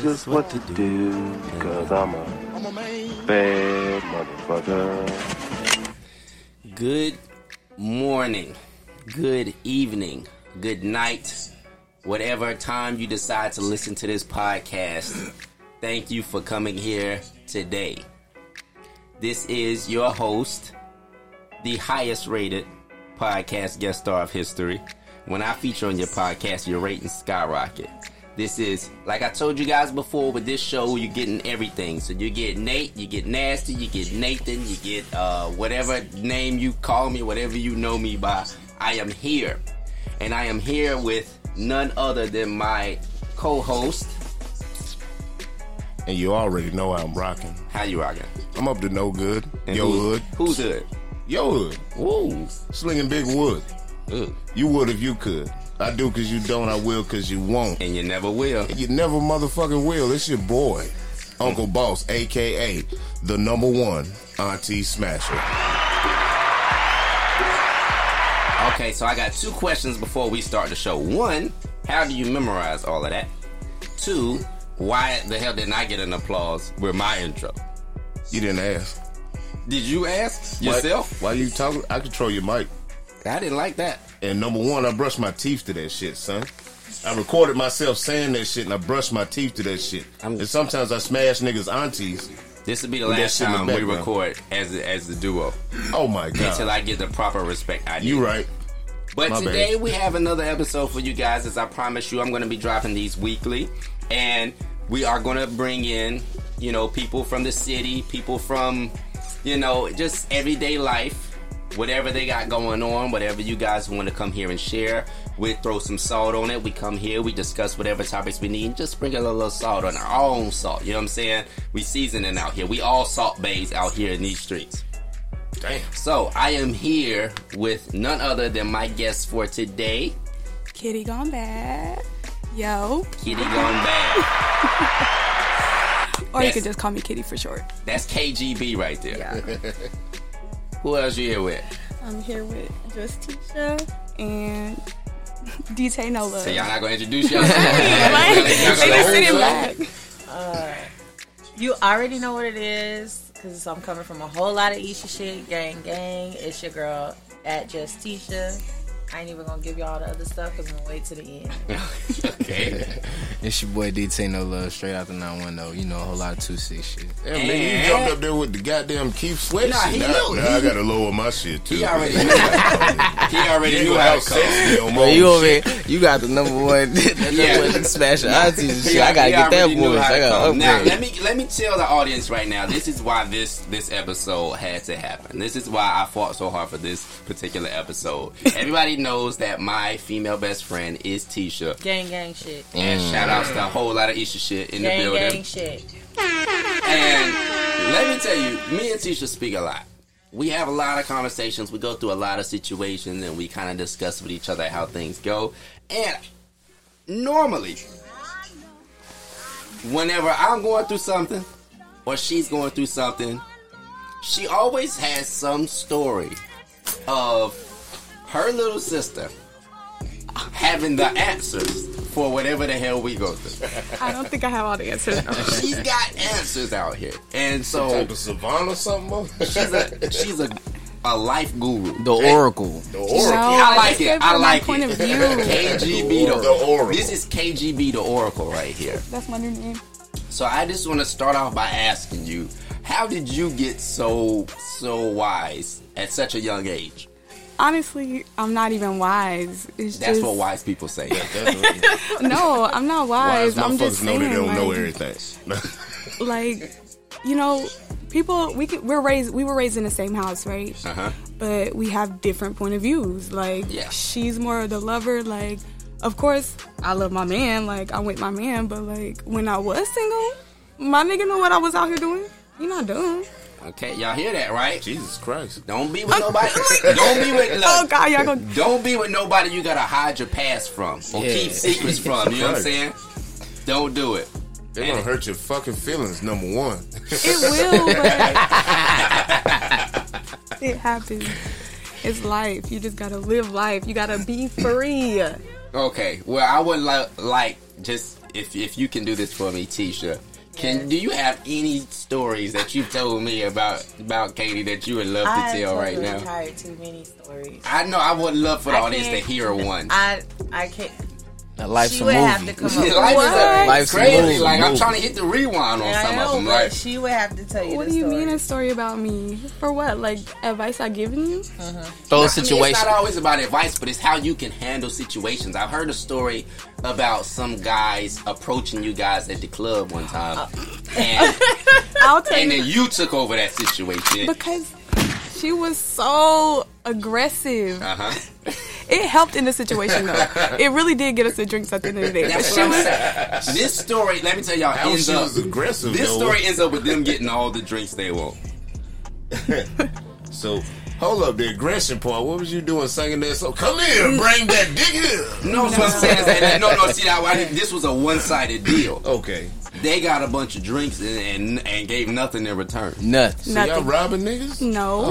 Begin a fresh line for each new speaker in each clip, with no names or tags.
just what to do, cause I'm a bad motherfucker.
Good morning, good evening, good night, whatever time you decide to listen to this podcast. Thank you for coming here today. This is your host, the highest rated podcast guest star of history. When I feature on your podcast, your ratings skyrocket. This is, like I told you guys before, with this show, you're getting everything. So you get Nate, you get Nasty, you get Nathan, you get uh, whatever name you call me, whatever you know me by. I am here. And I am here with none other than my co host.
And you already know I'm rocking.
How you rocking?
I'm up to no good.
And
Yo
who-
hood.
Who's hood?
Yo hood.
Ooh.
Slinging big wood.
Ooh.
You would if you could. I do because you don't. I will because you won't.
And you never will.
You never motherfucking will. It's your boy, Uncle Boss, a.k.a. the number one Auntie Smasher.
Okay, so I got two questions before we start the show. One, how do you memorize all of that? Two, why the hell didn't I get an applause with my intro?
You didn't ask.
Did you ask
Why-
yourself?
Why, you talking? I control your mic.
I didn't like that.
And number one, I brushed my teeth to that shit, son. I recorded myself saying that shit, and I brushed my teeth to that shit.
I'm-
and sometimes I smash niggas' aunties.
This would be the
that
last
shit in the
time we
background.
record as a, as the duo
Oh my god!
until I get the proper respect I need.
You right.
But
My bad.
today we have another episode for you guys. As I promised you, I'm going to be dropping these weekly, and we are going to bring in, you know, people from the city, people from, you know, just everyday life, whatever they got going on, whatever you guys want to come here and share. We throw some salt on it. We come here, we discuss whatever topics we need, and just bring a little salt on our own salt. You know what I'm saying? We seasoning out here. We all salt bays out here in these streets.
Damn.
So I am here with none other than my guest for today,
Kitty gone bad. Yo.
Kitty Gone Bad.
Or you
Yes.
could just call me Kitty for short.
That's KGB right there.
Yeah.
Who else you here with?
I'm here with just Tisha and DT No Love.
So y'all not gonna introduce yourself?
Like, they just sitting
Alright.
back.
You already know what it is because I'm coming from a whole lot of Isha shit, gang, gang. It's your girl at Just Tisha. I ain't even gonna give y'all the other stuff because I'm gonna wait to the end.
okay.
It's your boy DT No Love, straight out the 910. You know a whole lot of 2-6 shit.
Damn, nigga,
And-
you jumped up there with the goddamn Keith Sweat
Nah,
shit.
he
now,
knew.
now I gotta lower my shit too.
He already knew. he already
You
knew
know
how
how
to come.
sexy your
But you
mom
over here, you got the number one, the number
Yeah.
one smash of aunties and shit.
He-
I gotta
he
get that
already knew
voice.
how to
I gotta
come. Now
upgrade.
let me let me tell the audience right now. This is why this this episode had to happen. This is why I fought so hard for this particular episode. Everybody knows that my female best friend is Tisha.
Gang, gang shit.
And
Mm.
shout outs to a whole lot of Isha shit in the
Gang,
building.
gang shit.
And let me tell you, me and Tisha speak a lot. We have a lot of conversations. We go through a lot of situations and we kind of discuss with each other how things go. And normally, whenever I'm going through something or she's going through something, she always has some story of her little sister having the answers for whatever the hell we go through
I don't think I have all the answers.
she's got answers out here, and so
type of savant or something. bro?
she's a she's a, a life guru.
The Oracle.
the
No,
Oracle.
I like
just
it.
gave
I
her
like
my point
it.
of view.
KGB the,
The Oracle.
This is KGB the Oracle right here.
That's my new name.
So I just want to start off by asking you, how did you get so so wise at such a young age?
Honestly, I'm not even wise. It's
That's
just,
what wise people say.
That's what-
No, I'm not
Wise
wise. I'm just
motherfuckers know
saying.
they don't know
like-
everything.
like you know people we could, we're raised we were raised in the same house right
Uh-huh.
but we have different point of views like
Yeah.
she's more of the lover like of course i love my man like i'm with my man but like when i was single my nigga knew what i was out here doing he not doing
Okay, y'all hear that, right?
Jesus Christ.
Don't be with nobody. don't be with. Look,
oh god y'all gonna
Don't be with nobody you gotta hide your past from or
Yeah.
keep secrets from. You know what I'm saying? Don't do it.
They're gonna hurt your fucking feelings, number one.
it will but it happens it's life you just gotta live life you gotta be free
Okay. Well, I would li- like just if if you can do this for me, Tisha. Can do you have any stories that you've told me about about Katie that you would love
I
to tell right
totally
now?
Tired too many stories.
I know I would love for the
I
audience to
can't-
hear one.
I I can't.
Now, life's
she
a
would
movie.
have to come up. with-
Life is a,
Life's a
crazy.
movie,
like I'm
movie.
trying to hit the rewind on
I
some of
know,
them.
but
Like,
she would have to tell you.
What
the
do you
story.
mean a story about me? For what? Like advice I given you?
Throw a
I mean, it's
situation.
not always about advice, but it's how you can handle situations. I've heard a story about some guys approaching you guys at the club one time, Uh, and,
I'll tell
and
you
then you took over that situation.
because she was so aggressive.
Uh huh.
It helped in the situation though. it really did get us the drinks at the end of the day.
That's
She
what I'm
was
saying. This story, let me tell y'all,
How
ends
she
up.
was aggressive.
This
though.
story ends up with them getting all the drinks they want.
So hold up, the aggression part. What was you doing singing that song? Come here,
Mm.
bring that dick here.
No, that's what I'm saying. That- No, no, see, I, I, didn't- this was a one sided deal.
Okay,
They got a bunch of drinks and, and, and gave nothing in return.
Nuts.
so y'all
nothing.
robbing
Mm.
niggas?
No.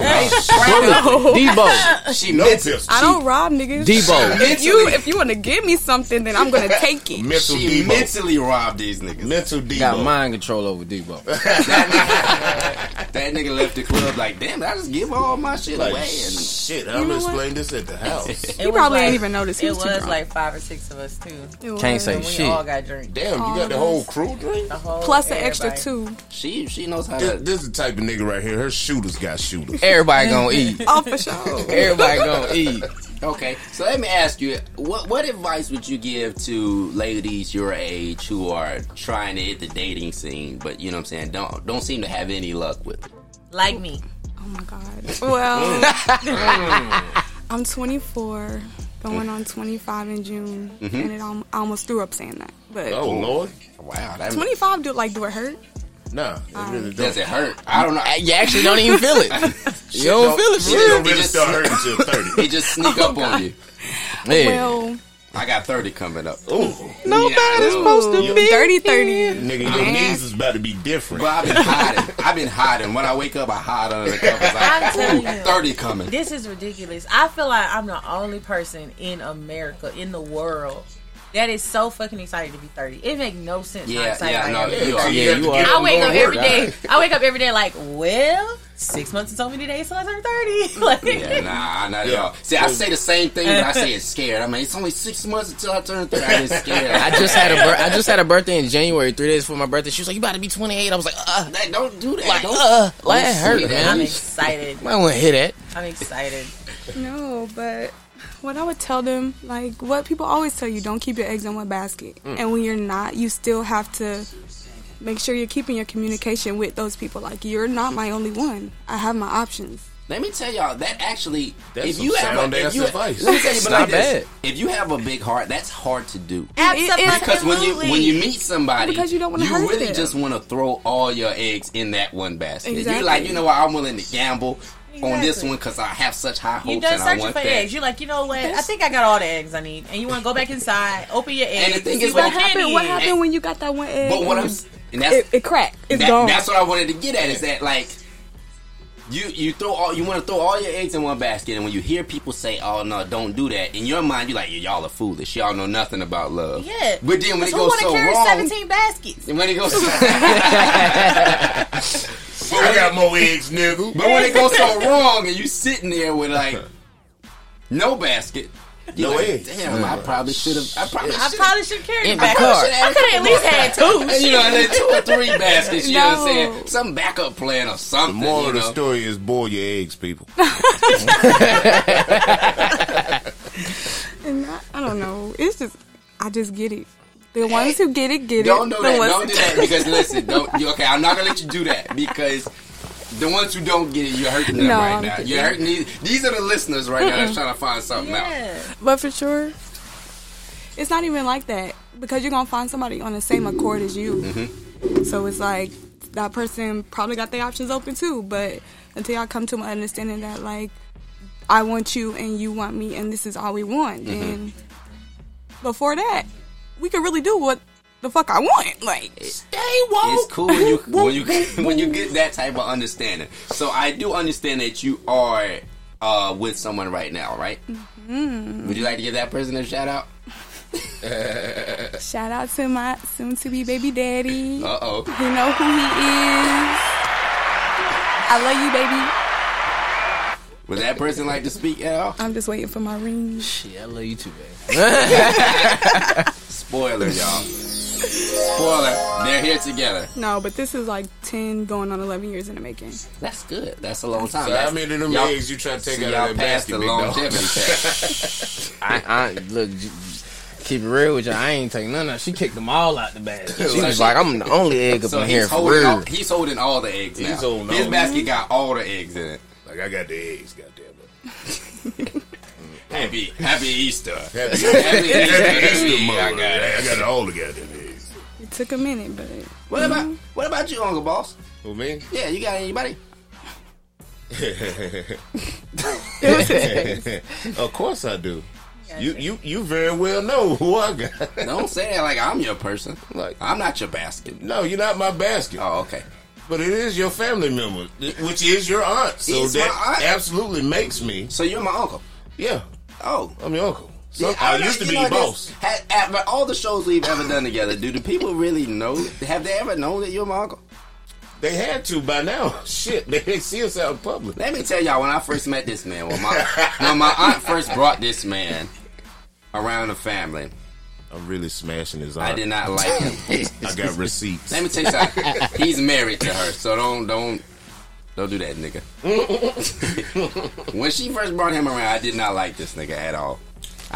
Debo.
She
No
meant-
pistol.
I don't rob niggas.
Debo.
If you if you want to give me something, then I'm gonna take it.
mental
She
Debo.
mentally robbed these niggas.
mental Debo.
Got mind control over Debo.
That nigga left the club like, damn, I just give all my shit
Like,
away. And
shit, I'm gonna
know what?
explain this at the house.
It
He
was
probably
like-
ain't even noticed. He
It
was too
was
drunk.
like five or six of us too.
It was.
Can't say
And we
shit.
all got drinks.
Damn, you got the whole crew drink.
The whole-
Plus an extra
everybody.
two
she she knows how
This,
to.
this is the type of nigga right here. Her shooters got shooters.
Everybody gonna eat.
off Oh, for sure.
Everybody gonna eat.
Okay, so let me ask you, what what advice would you give to ladies your age who are trying to hit the dating scene, but you know what I'm saying, don't don't seem to have any luck with it?
Like me.
Oh my god. Well, I'm 24, going on 25 in June,
Mm-hmm.
and it al- I almost threw up saying that. But
Oh lord,
Wow, that
25, do like do it hurt?
nah, it really
does
don't.
it hurt? I don't know. I-
You actually don't even feel it. You don't feel it,
Shit don't
for
really
just-
start hurting until thirty.
It just sneak up on you.
real. Yeah.
Well,
I got thirty coming up.
Ooh,
Nobody's Oh, supposed
ooh, dirty 30.
nigga, your knees is about to be different.
But I've been hiding. I've been hiding. When I wake up, I hide under the covers.
I'm
Like,
telling
ooh,
you.
thirty coming.
This is ridiculous. I feel like I'm the only person in America, in the world, that is so fucking excited to be 30. It make no sense. how
Yeah,
excited
yeah,
I
no,
am.
you are.
Yeah, you are.
I wake up every
Right.
day. I wake up every day like, well, six months and so many days till I turn 30. Like,
Yeah, nah, not at
Yeah.
all. See, I say the same thing, but I say it's scared. I mean, it's only six months until I turn 30. I'm scared.
I just had a bir- I just had a birthday in January, three days before my birthday. She was like, "You about to be 28." I was like, "Uh,
Like, don't do that.
like,
don't,
uh, like that
say
hurt,
that.
man.
I'm
I
excited.
might want to hit that."
I'm excited.
No, but what I would tell them, like what people always tell you, don't keep your eggs in one basket.
Mm.
And when you're not, you still have to make sure you're keeping your communication with those people. Like you're not my only one. I have my options.
Let me tell y'all that actually,
That's
if
some
you have
sound
a, if
ass
you,
advice.
let me tell you, but
Not
like this,
bad.
if you have a big heart, that's hard to do.
Absolutely.
Because when you when you meet somebody,
Because you don't wanna
you
hurt
really
them.
just want to throw all your eggs in that one basket. You're
Exactly.
like, you know what? I'm willing to gamble on this
Exactly.
one because I have such high hopes
You
and
done
I
searching
want
for
that.
eggs. You're like, you know what? I think I got all the eggs I need. And you want to go back inside, open your eggs,
the thing
see
is,
what
what
the candy
happened? What
is.
happened when you got that one egg?
but what
and
I'm
you-
s- and that's
it, it cracked. It's
That-
gone.
That's what I wanted to get at is that like you you throw all you want to throw all your eggs in one basket, and when you hear people say, "Oh no, don't do that," in your mind you're like, "Yeah, "Y'all are foolish. Y'all know nothing about love."
Yeah.
But then when it
Who
goes
want to
so
carry
wrong,
17 baskets?
when it goes,
I got more eggs, nigga.
but when it goes so wrong, and you sitting there with like no basket, you're
No
like,
eggs.
Damn, I probably should have. I probably
I
should have.
probably should carry
In
it
the
back.
car.
I could have at least had two.
You know, and then two or three baskets. You know what I'm
No.
saying? Some backup plan or
The
something.
moral
you
of the
know?
story is boil your eggs, people.
And I, I don't know. It's just I just get it. The ones who get it get
Don't
it.
do
the
that.
ones
Don't do that because listen, don't. You, okay, I'm not gonna let you do that because the ones who don't get it, you're hurting them
No,
right
I'm
now.
good.
You're hurting these. These are the listeners right now that's trying to find something out.
Yeah.
But for sure, it's not even like that because you're gonna find somebody on the same accord as you.
Mm-hmm.
So it's like that person probably got their options open too. But until I come to my understanding that like I want you and you want me and this is all we want,
Mm-hmm.
and before that, we can really do what the fuck I want. Like stay
It's cool when you when you when you get that type of understanding. So I do understand that you are
Mm-hmm.
uh, with someone right now, right? Would you like to give that person a shout out?
Shout out to my soon to be baby daddy.
Uh oh.
You know who he is. I love you, baby.
Would that person like to speak at all?
I'm just waiting for my ring.
Shit, I love you too, baby.
Spoiler, y'all. Spoiler. They're here together.
No, but this is like 10 going on 11 years in the making.
That's good. That's a long time.
So
That's,
how many of them
y'all-
eggs you trying to take
see,
out
y'all
of that
passed the
basket, big dog?
longevity test.
I, I look. j- Keep it real with you. I ain't taking none of. She kicked them all out the bag. She was like, "I'm the only egg up
So
in here
he's
for
holding, all,
real."
he's holding all the eggs now.
He's holding
His
all
basket got all the eggs in it.
Like I got the eggs, goddamn it.
Happy Happy Easter.
Happy
Happy Easter.
Easter,
to you.
mother.
I got it.
I got all the goddamn eggs.
It took a minute, but
Mm-hmm.
What about what about you, Uncle Boss?
Who me?
Yeah, you got anybody?
it was his face.
of course I do. You you you very well know who I got.
Don't say that like I'm your person.
Like-
I'm not your basket.
No, you're not my basket,
Oh, okay.
but it is your family member, which is your aunt. So
It's my
that
aunt.
absolutely makes me.
So you're my uncle.
Yeah,
Oh.
I'm your uncle. So,
Yeah,
I,
don't know,
used to
you
be
know,
your
this-
boss.
ha- After all the shows we've ever done together, do the people really know? Have they ever known that you're my uncle?
They had to by now. Shit, they didn't see us out in public.
Let me tell y'all when I first met this man, when my when my aunt first brought this man around the family,
I'm really smashing his aunt.
I did not like him.
I got receipts.
Let me tell you something. He's married to her, so don't don't don't do that, nigga. when she first brought him around, I did not like this nigga at all.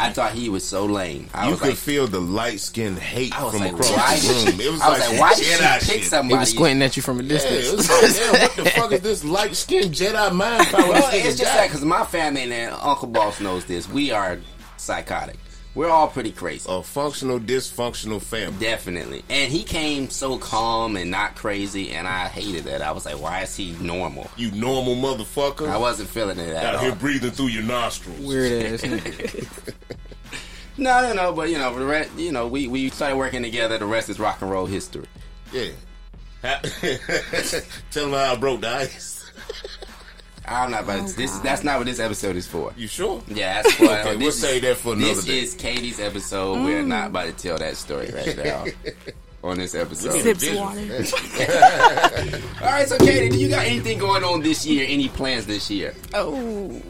I thought he was so lame. I
you
was
could
like,
feel the light skinned hate
I was
from
like, why
across the
did
room.
she,
It was,
I was
like,
like, why did she
Jedi
pick
shit.
It
somebody?
was squinting at you from a
Yeah,
distance.
it was like, damn, what the fuck is this light skinned Jedi mind power?
Well,
this nigga
it's just
got?
like because my family and Uncle Boss knows this. We are psychotic. We're all pretty crazy.
a functional, dysfunctional family.
Definitely. And he came so calm and not crazy, and I hated that. I was like, why is he normal?
You normal motherfucker.
I wasn't feeling it at
out
all.
here breathing through your nostrils.
Weird ass nigga.
No, no, no. But you know, the rest, you know, we we started working together. The rest is rock and roll history.
Yeah. Ha- Tell him how I broke the ice.
I'm not about to, this. is- That's not what this episode is for.
You sure?
Yeah, that's for
Okay,
this
we'll
is-
save that for another
This
day.
is Katie's episode. We're not about to tell that story right now on this episode.
Sips
Visual.
water.
All right, so Katie, do you got anything going on this year? Any plans this year?
Oh.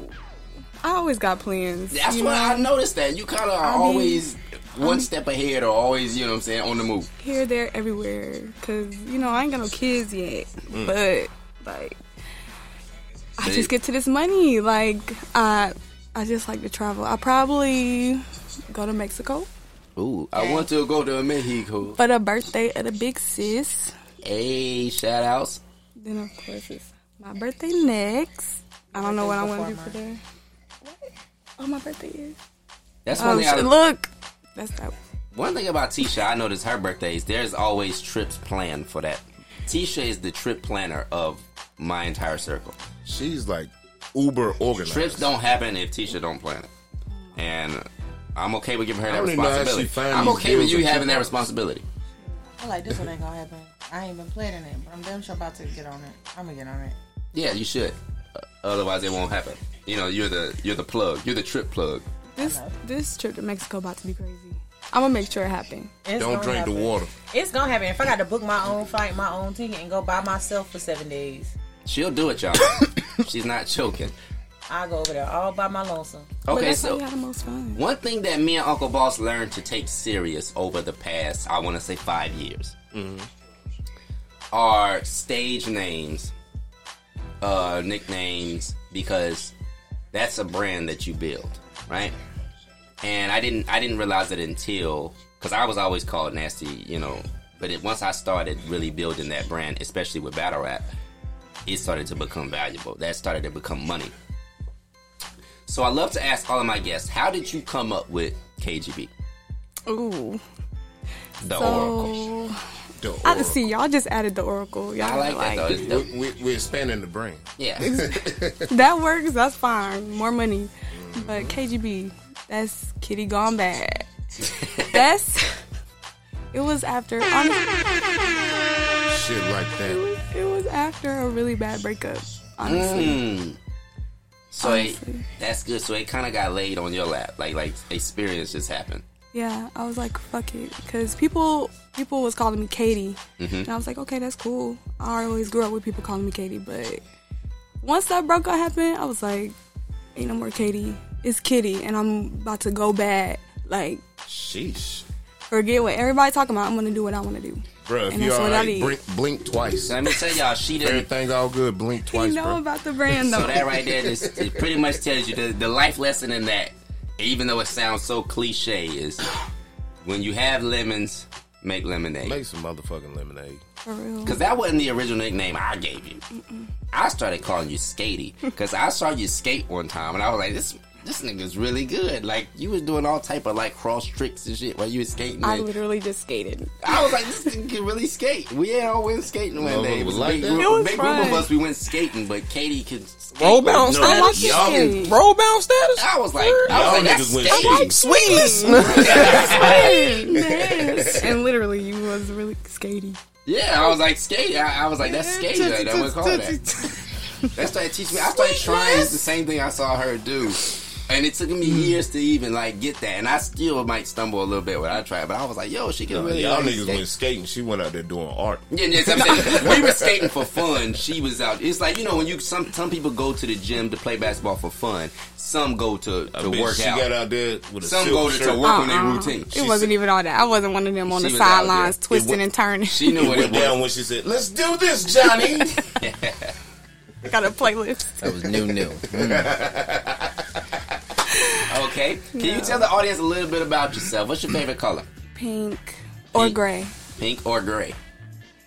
I always got plans.
That's
you
what
know?
I noticed that you kind of are
I mean,
always one step ahead, or always, you know, what I'm saying, on the move.
here, there, everywhere. Cause you know I ain't got no kids yet, but like I
Mm. Babe.
just get to this money. Like I, I just like to travel. I probably go to Mexico
Ooh, I want to go to Mexico.
for the birthday of the big sis.
Hey, shout outs.
Then of course it's my birthday next. I don't know what I want to do for
Birthday's
there. What? Oh, my birthday is.
That's one
Oh,
thing. I-
sh- look, that's that.
One thing about Tisha, I noticed her birthdays. There's always trips planned for that. Tisha is the trip planner of my entire circle.
She's like uber organized.
Trips don't happen if Tisha don't plan it, and I'm okay with giving her that
don't even know how she
responsibility.
find
I'm
these
okay with
bills
you
and
having that
people.
responsibility.
I like this one ain't gonna happen. I ain't been planning it, but I'm damn sure about to get on it. I'm gonna get on it.
Yeah, you should. Uh, Otherwise, it won't happen. You know, you're the you're the plug. You're the trip plug.
This this trip to Mexico about to be crazy. I'm gonna make sure it happen.
It's
Don't
gonna
drink the
happen.
water.
It's gonna happen. If I got to book my own flight, my own ticket, and go by myself for seven days,
She'll do it, y'all. She's not joking.
I go over there all by my lonesome.
but
Okay,
that's how
so
we have the most fun.
One thing that me and Uncle Boss learned to take serious over the past, I want to say, five years,
Mm-hmm.
are stage names, uh, nicknames, because that's a brand that you build, right? And I didn't, I didn't realize it until because I was always called nasty, you know. But it, once I started really building that brand, especially with battle rap, it started to become valuable. That started to become money. So I love to ask all of my guests, how did you come up with KGB,
Ooh.
the Oracle?
So
The
I
oracle.
see y'all just added the oracle. Y'all
I like that though. It's dope.
We, we, we're expanding the brain.
Yeah,
that works. That's fine. More money, but KGB. That's Kitty Gone Bad. that's. It was after. Honestly,
Shit like that.
it was after a really bad breakup. Honestly,
Mm. so it,
Honestly.
that's good. So it kind of got laid on your lap, like like experience just happened.
Yeah, I was like, fuck it, because people people was calling me Katie,
Mm-hmm.
and I was like, okay, that's cool. I always grew up with people calling me Katie, but once that breakup happened, I was like, ain't no more Katie, it's Kitty, and I'm about to go bad. Like,
Sheesh.
forget what everybody talking about. I'm gonna do what I want to do.
Bro, if
And
you
that's
all
what I
right,
need.
blink, blink twice.
Let me tell y'all, she didn't.
Everything's all good. Blink twice,
you know
bro.
about the brand though.
So that right there, just, it pretty much tells you the, the life lesson in that. Even though it sounds so cliche, is when you have lemons, make lemonade.
Make some motherfucking lemonade.
For real.
Because that wasn't the original nickname I gave you. I started calling you Skatey because I saw you skate one time, and I was like, this. This nigga's really good. Like you was doing all type of like cross tricks and shit while you was skating.
I
and-
literally just skated.
I was like, this nigga can really skate. We all went skating one
No,
day. It was
like
a big,
that?
group,
It was
big group
fun. Oh,
of us. We went skating, but Katie could skate.
Roll bounce
Oh,
No,
I like
status?
to skate.
Roll bounce status?
I was like, I was
Y'all
like,
niggas
that's
went
skating.
skating.
Sweetness.
Yes. and literally, you was really skatey.
Yeah, I was like skating. I, I was like, that's skating. Like, that would call that. That started teaching me. I started trying the same thing I saw her do. And it took me years to even like get that, and I still might stumble a little bit when I try. But I was like, "Yo, she can really."
Y'all
like,
niggas
skate.
went skating. She went out there doing art.
Yeah, yes, I'm saying we were skating for fun. She was out. It's like you know when you some some people go to the gym to play basketball for fun. Some go to
I
to
bet
work
she
out.
got out there with a
some
silk
go to,
shirt.
to work on their
Uh-uh.
routine.
It wasn't even all that. I wasn't one of them on
She
the
was out
sidelines
there. It
twisting
went-
and turning.
She knew
It
what it
went
was.
down when she said, "Let's do this, Johnny."
I got a playlist.
That was new, new.
Mm. Okay, can you tell the audience a little bit about yourself? What's your favorite color?
Pink or
Pink.
gray.
Pink or gray?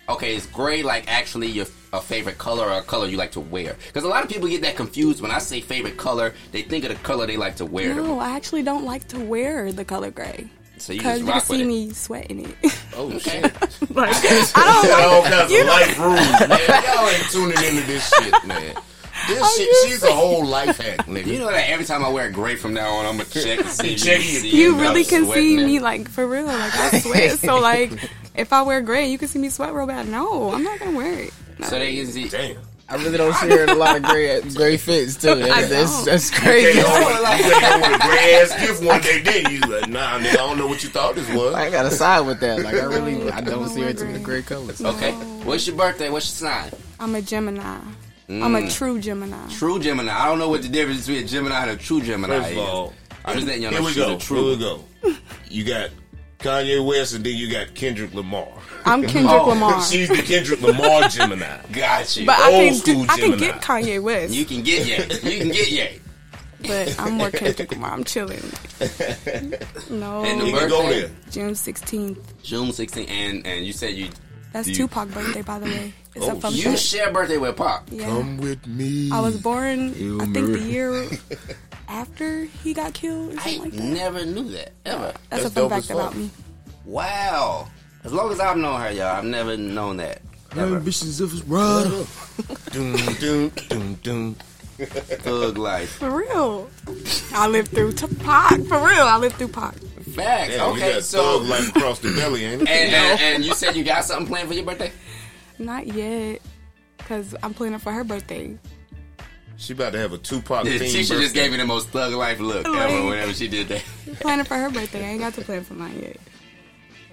Okay, is gray like actually your a favorite color or a color you like to wear? Because a lot of people get that confused when I say favorite color. They think of the color they like to wear.
No, I actually don't like to wear the color gray
so you
because
just
you,
rock with
see
it.
me sweating it.
oh shit!
like I don't.
All kinds of life rules, man. Y'all ain't tuning into this shit, man. This shit,
you
she's a whole life hack, nigga.
You know that every time I wear gray from now on, I'm gonna check and see. if
Check
can
it.
see
You
it.
really
I'm
can see
sweating
me
it.
like for real. Like I sweat. so like if I wear gray, you can see me sweat real bad. No, I'm not gonna wear it. No.
So they can see.
Damn.
I really don't see her in a lot of gray, gray fits, too. That's, that's,
don't.
that's crazy.
You came home with- you came home with a gray ass gift one day, did you? Like, nah, nigga, I don't know what you thought this was.
I gotta side with that. Like, I really, I don't
No,
see her to
we're
the gray colors.
Okay. What's your birthday? What's your sign?
I'm a Gemini. I'm a true Gemini.
True Gemini. I don't know what the difference between a Gemini and a true Gemini
First
is.
of all,
I'm just letting y'all
Here
know
we
she's
go.
a true.
Here we go. You got Kanye West, and then you got Kendrick Lamar.
I'm Kendrick
Oh,
Lamar.
She's the Kendrick Lamar Gemini.
Got you.
But I
old
can
school
do, I can
Gemini.
get Kanye West,
you can get yay. You can get yay.
but I'm more Kendrick Lamar. I'm chilling. No,
And the
You can go
Birthday.
there.
June 16th.
June 16th, and and you said you
That's
You-
Tupac birthday, by the way. It's a fun
you
fact.
share birthday with Pop.
yeah.
Oh, Come with me.
I was born, I think,
Mary.
the year after he got killed or
I
something like that.
never knew that ever.
That's
That's, a fun
dope as
fact
fuck.
about me.
Wow. As long as I've known her, y'all, I've never known that. Ever.
Ambitions of his brother.
Doom, doom, doom, doom.
Thug life.
For real. I lived through Tupac. For real, I lived through Pac.
Facts.
Damn, we
okay,
got
so
thug life across the belly, ain't it?
and, and, and you said you got something planned for your birthday?
Not yet, because I'm planning for her birthday.
She about to have a Tupac
Yeah,
theme.
Tisha
birthday.
just gave me the most thug life look ever
Like-
whenever she did that.
Planning for her birthday. I ain't got to plan for mine yet.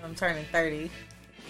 I'm turning 30.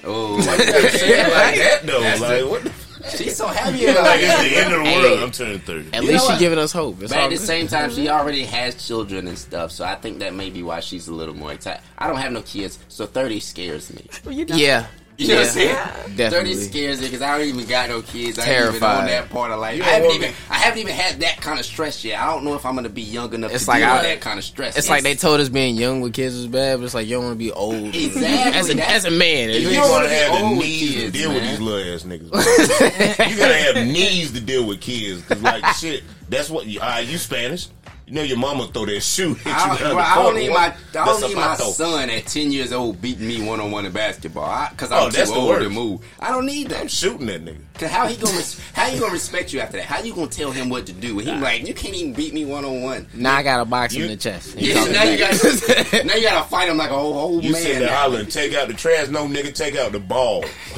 Oh,
like that though.
That's
like
the-
what? the-
she's so happy about
Like
it.
it's the end of the
Hey.
world. I'm turning thirty.
At
You know
least she
what?
giving us hope. It's
But at
all
the
good.
same time, she already has children and stuff, so I think that may be why she's a little more excited. I don't have no kids, so 30 scares me.
You know,
yeah.
You know what I'm
yeah.
saying?
Definitely.
30 scares me because I don't even got no kids. I ain't even on
Terrified.
that part of life. I
don't
haven't,
want
even, I haven't even had that kind of stress yet. I don't know if I'm going to be young enough
It's
to
like
deal
I-
with that kind of stress.
It's like they told us being young with kids was bad, but it's like you don't want to be old.
Exactly.
As a,
That's-
as a man,
You
You
ain't
don't
gonna
wanna be
have the
old with
knees to
kids,
deal with
man.
these little ass niggas. bro. you gotta have knees to deal with kids. Cause like shit, that's what you. Uh, you Spanish? You know your mama throw that shoe at you.
I
down
don't,
the
bro, I don't
corner.
need my I
That's
don't
a
need my
pato.
son at ten years old beating me one on one in basketball because
Oh,
I'm
that's
too
the
old to
worst.
move. I don't need that.
Shooting that nigga.
Cause how he gonna res- how you gonna respect you after that? How you gonna tell him what to do? And he like you can't even beat me one on one.
now I got a box
You-
in the chest.
Yeah, now you got now you gotta fight him like a whole old
You
man.
said that
now.
Holland, take out the trash. No nigga, take out the ball.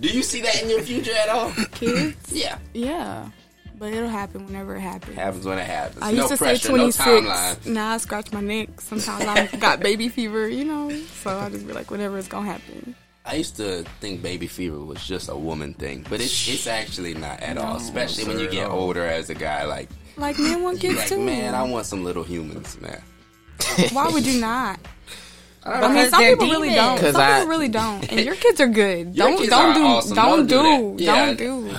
Do you see that in your future at all?
kids?
Yeah,
Yeah. But it'll happen whenever it happens.
Happens when it happens.
I
no
used to
pressure,
say
no
26.
timeline.
now I scratch my neck. Sometimes I got baby fever, you know. So I just be like, whatever is gonna happen.
I used to think baby fever was just a woman thing, but it's it's actually not at all. Especially when you get older as a guy, like
Like men want
you
kids
like
too.
man, I want some little humans, man.
Why would you not?
I,
I mean, some people really don't. Some
'Cause I-
people really don't. And your kids are good.
Your
Don't
kids
don't
are
do
awesome.
don't
Don't do that.
do
Yeah.
don't do.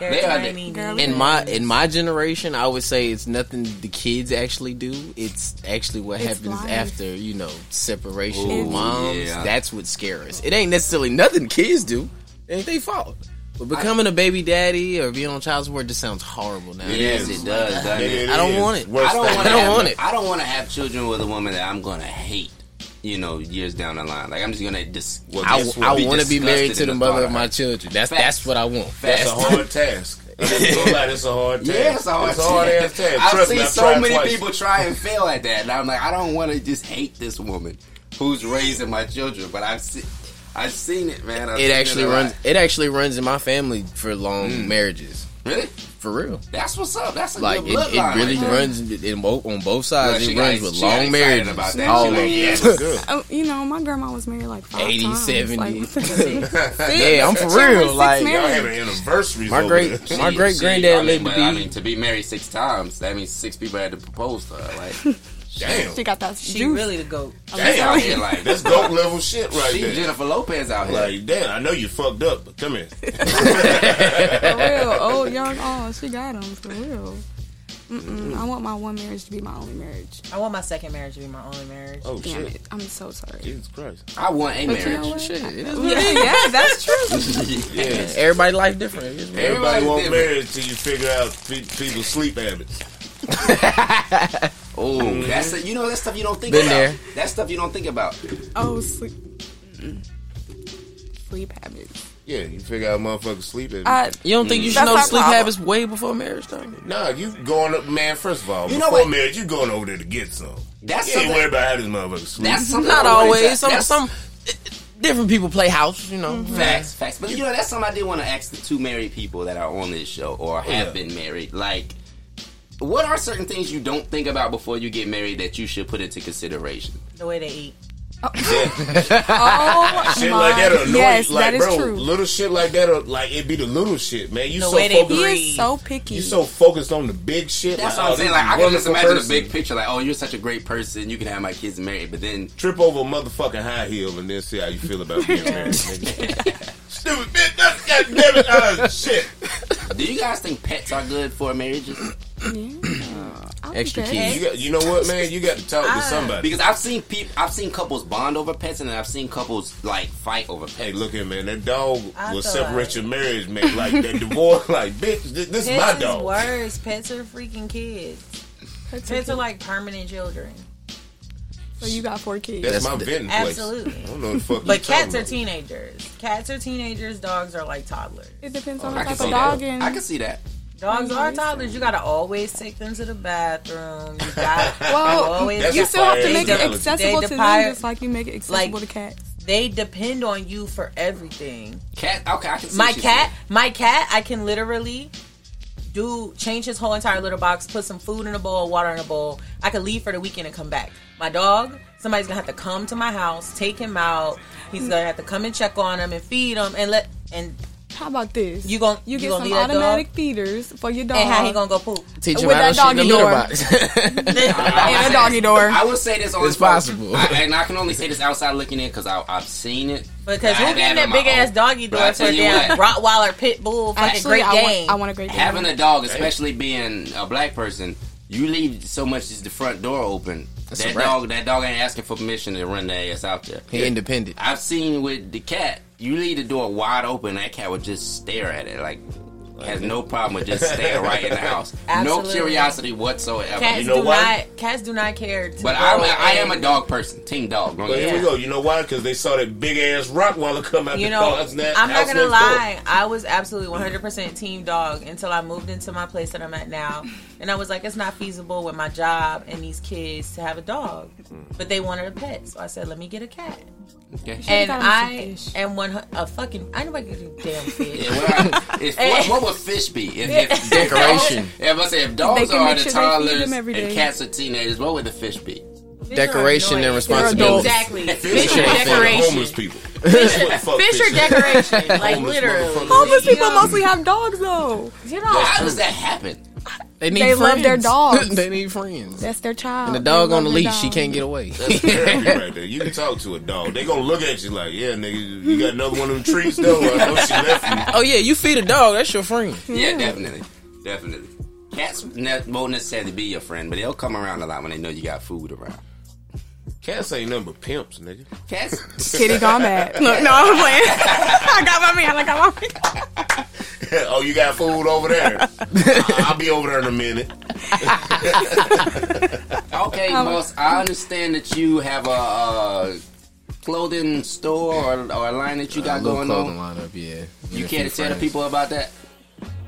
They're
They are
tiny.
Girl,
In my in my generation, I would say it's nothing the kids actually do. It's actually what
It's
happens
life.
after you know separation,
Ooh,
with moms.
yeah.
That's what scares us. It ain't necessarily nothing kids do. It ain't they fault. But becoming a baby daddy or being on child support just sounds horrible now.
Yes, it does. Doesn't it?
I don't want it.
Worst
I don't
thing.
want.
I don't
have,
want it.
I don't want to have children with a woman that I'm gonna hate. You know, years down the line, like I'm just gonna dis-
Well,
I,
guess what?
I
be
want to be
disgusted
married to
in
the
the
mother
thought
of
of
my
her.
children. That's
Facts.
that's what I want.
Facts.
That's a hard task. It's like it's a hard task.
Yes, I
it's a hard ass task.
I've
Trust me,
seen
I've
so
tried
many
twice.
people try and fail at that, and I'm like, I don't want to just hate this woman who's raising my children, but I've seen, I've seen it, man. I've
It
seen
actually
a lot.
runs. It actually runs in my family for long marriages.
really.
For real.
That's what's up. That's a
Like
good
it,
bloodline
it really
right there.
runs in, in, bo- on both sides.
Look,
it
she
runs
got-
with
she got
long
excited
marriages.
about that.
All
She
of
like,
them.
yes.
Oh, you know, my grandma was married like five
80,
times.
70.
Like, what the-
Yeah, I'm for
She
real.
was
Like
six
Y'all having anniversaries.
My
over
great-
there.
My
She-
great
she-
granddad
I mean,
lived to
but I
be-
mean, to be married six times, that means six people had to propose to her. Like,
Damn,
she got that
She
juice.
really the goat.
she out here
damn,
like
that's goat level shit right
she
there.
Jennifer Lopez out here.
like, damn, I know you fucked up, but come here.
For real. Old, young, old. She got them. For real. Mm-mm. I want my one marriage to be my only marriage.
I want my second marriage to be my only marriage.
Oh
Damn
shit,
it. I'm so sorry.
Jesus Christ.
I want a
But
marriage.
you know what?
Shit, it is what
Yeah, yeah, that's true.
Yeah.
Everybody life different.
Everybody
Everybody's
won't
different.
marriage till you figure out pe- people's sleep habits.
Oh,
Mm-hmm.
that's a, you know that stuff you don't think
Been
about.
there.
That stuff you don't think about.
Oh, sleep. Mm-mm. Sleep habits. Uh,
Yeah, you figure out motherfuckers sleep habits.
I,
You don't think you should
That's
know the
our
sleep
problem.
habits way before marriage, though?
nah, you going up, man. First of all,
You know
before
what?
marriage, you going over there to get some.
That's
you ain't
something-
worried about how this motherfucker sleep.
That's something
Not
I wanted to-
always. Some
that's
some eh, eh, different people play house. You know.
Mm-hmm.
facts, facts. But you know that's something I did want to ask the two married people that are on this show or have
Yeah.
been married. Like, what are certain things you don't think about before you get married that you should put into consideration?
The way they eat.
oh,
Shit
my.
like that'll annoy
yes,
you. Like,
that is
bro,
true.
little shit like that'll, like, it be the little shit, man. You
The
so
way they
He
focused.
is so picky.
You so focused on the big shit.
That's what
like, oh,
I'm saying.
this
Like, I can just
wonderful
imagine
person.
the big picture. Like, oh, you're such a great person. You can have my kids married. But then,
Trip over a motherfucking high heel and then see how you feel about being married. nigga. Stupid bitch. That's goddamn it. Oh, shit.
do you guys think pets are good for marriages?
I'll
Extra
be
kids.
good.
You, got, you know what, man? You got to talk to somebody.
Because I've seen people, I've seen couples bond over pets, and I've seen couples like fight over pets.
Hey, look here, man. That dog
I
will
thought-
separate your marriage, man. Like, that divorce. Like, bitch, this, this is my
Pets is
dog.
worse. Pets are freaking kids. Pets are like permanent children.
So you got four kids.
That's,
That's
my
the-
venting place.
Absolutely.
I don't know the fuck
But
you
cats
talking
are teenagers. Cats are teenagers. Dogs are like toddlers.
It depends on
I
what
can
type
see
of dog
that.
and
I can see that.
Dogs are toddlers. You gotta always take them to the bathroom. You gotta
well,
always.
That's
you
a
still have to
fire
make it
analogy.
accessible
They
to them,
depire-
just like you make it accessible
Like-
to cats.
They depend on you for everything.
Cat. Okay, I can see
my
what you're
cat,
saying.
my cat, I can literally do change his whole entire litter box, put some food in a bowl, water in a bowl. I could leave for the weekend and come back. My dog, somebody's gonna have to come to my house, take him out. He's gonna have to come and check on him and feed him and let and
How about this?
You gon-
you
you
get
gon'
some
leave that dog?
automatic feeders for your dog
and how he gonna go poop.
Teach
With
them how
that
to shit in the
doggy
litter
door.
box.
I would
and a
say-
doggy door.
I would say this on
It's possible.
I, and I can only say this outside looking in because I've seen it.
Because
I
who
have
getting
it
that
on my
big ass
own.
doggy
But
door
I
for
tell
a
you
damn
what.
Rottweiler pit bull fucking
Actually,
great
I
game?
want, I want a great
Having
game.
a dog, especially being a black person, you leave so much as the front door open.
That's
that
a wrap.
dog, that dog ain't asking for permission to run their ass out there.
he independent.
I've seen with the cat, you leave the door wide open, that cat would just stare at it like. Has no problem with just staying right in the house. No
Absolutely.
curiosity whatsoever.
Cats
You know
do
why?
not. Cats do not care. To
But
go
I'm, I am
and-
a dog person, team dog. don't
But
get
here we
me
go. You know why? Because they saw that big ass Rottweiler come out.
You
the
know,
dog's net-
I'm not
house
gonna
next door.
lie. I was absolutely 100% team dog until I moved into my place that I'm at now, and I was like, it's not feasible with my job and these kids to have a dog, but they wanted a pet, so I said, let me get a cat.
Okay.
gotten
And
some
I
fish.
and one a fucking I nobody give a damn fish.
Yeah, well, I- if- what, what would fish be? If, if,
Decoration.
if I say if dogs
can
are
make
the
sure Eh. they feed
toddlers
them every
and
day.
cats are teenagers, what would the fish be?
Fish are
Decoration and
annoying.
responsibility.
Exactly. Fish
Fish
are
ain't for the
decoration.
homeless people. Fish ain't for
Fish are
fish.
decoration. Like
Homeless
literally.
motherfuckers.
Homeless
You
people
know,
mostly have dogs though.
You
How
know,
does that happen?
They need
They love their dogs.
they need friends.
That's their child.
And the dog
They
on the
love
leash,
their
she
dog.
can't get away.
therapy right there. You can talk to a dog. They gonna look at you like, yeah, nigga, you got another one of them treats though. I know she left
oh yeah, you feed a dog, that's your friend.
Hmm.
Yeah, definitely, definitely. Cats ne- won't necessarily be your friend, but they'll come around a lot when they know you got food around.
you. Cats ain't nothing but pimps, nigga.
Cats,
Kitty gone mad. Look, no, I'm playing. I got my man. I got my man.
oh, you got food over there. I'll be over there in a minute.
okay, boss. I understand that you have a, uh clothing store or, or a line that you got going on.
lineup, yeah.
You can't tell the people about that.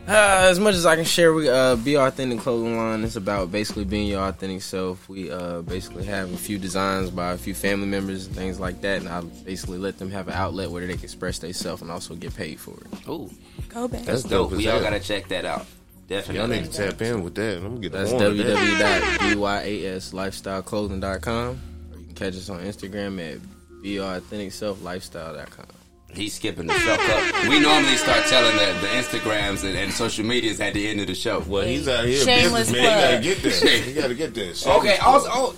Uh, as much as I can share, we uh, be Our authentic clothing line. It's about basically being your authentic self. We uh, basically have a few designs by a few family members and things like that, and I basically let them have an outlet where they can express themselves and also get paid for it.
Ooh,
Go back.
That's
dope. We all gotta check that out.
Y'all
Definitely.
need to tap in with that. I'm gonna get
That's
the warm with that.
www.byslifestyleclothing.com. Or you can catch us on Instagram at beyourauthenticselflifestyle.com.
He's skipping the fuck up. We normally start telling the, the Instagrams and, and social medias at the end of the show.
Well, he's out here,
Shameless
business, man.
plug.
You gotta get that. You gotta get that.
Okay.
Shameless
Also,
plug.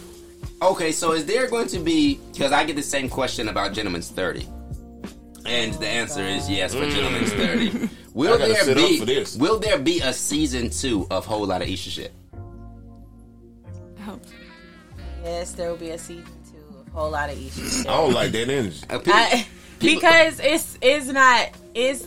oh, okay. So is there going to be? Because I get the same question about gentlemen's thirty, and the answer is yes for gentlemen's thirty. Will
Mm. I gotta
there
sit up
be?
for this.
Will there be a season two of whole lot of Isha shit?
yes, there will be a season two. of A whole lot of issues.
I don't like that energy.
Uh, people-
I,
people-
because it's it's not it's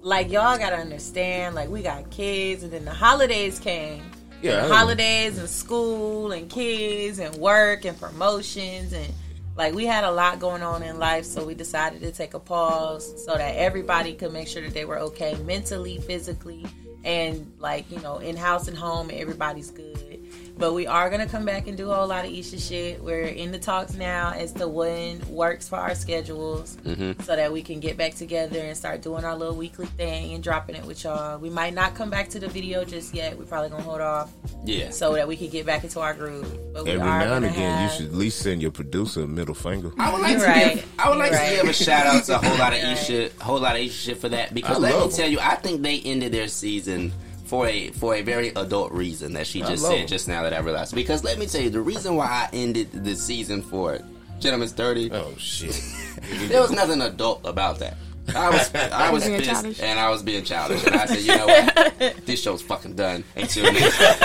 like y'all gotta understand like we got kids and then the holidays came
Yeah, I know.
holidays and school and kids and work and promotions and like we had a lot going on in life so we decided to take a pause so that everybody could make sure that they were okay mentally physically and like you know in house and home and everybody's good but we are gonna come back and do a whole lot of Isha shit. We're in the talks now as to when works for our schedules,
Mm-hmm.
so that we can get back together and start doing our little weekly thing and dropping it with y'all. We might not come back to the video just yet. We're probably gonna hold off
yeah.
so that we can get back into our groove. But we
Every
are
now and
gonna
again, you
have-
should at least send your producer a middle finger.
I would like
You're
to
right.
give I would like
You're
to
right.
give a shout out to a whole lot of
You're
Isha, whole lot of Isha shit for that because
I
let me
love 'em.
tell you, I think they ended their season for a for a very adult reason that she
I
just
love
said
'em.
just now that I realized. Because let me tell you, the reason why I ended the season for Gentlemen's Thirty,
Oh shit!
there was nothing adult about that. I was I was
Being
pissed
childish.
and I was being childish and I said, you know what, this show's fucking done until next
That's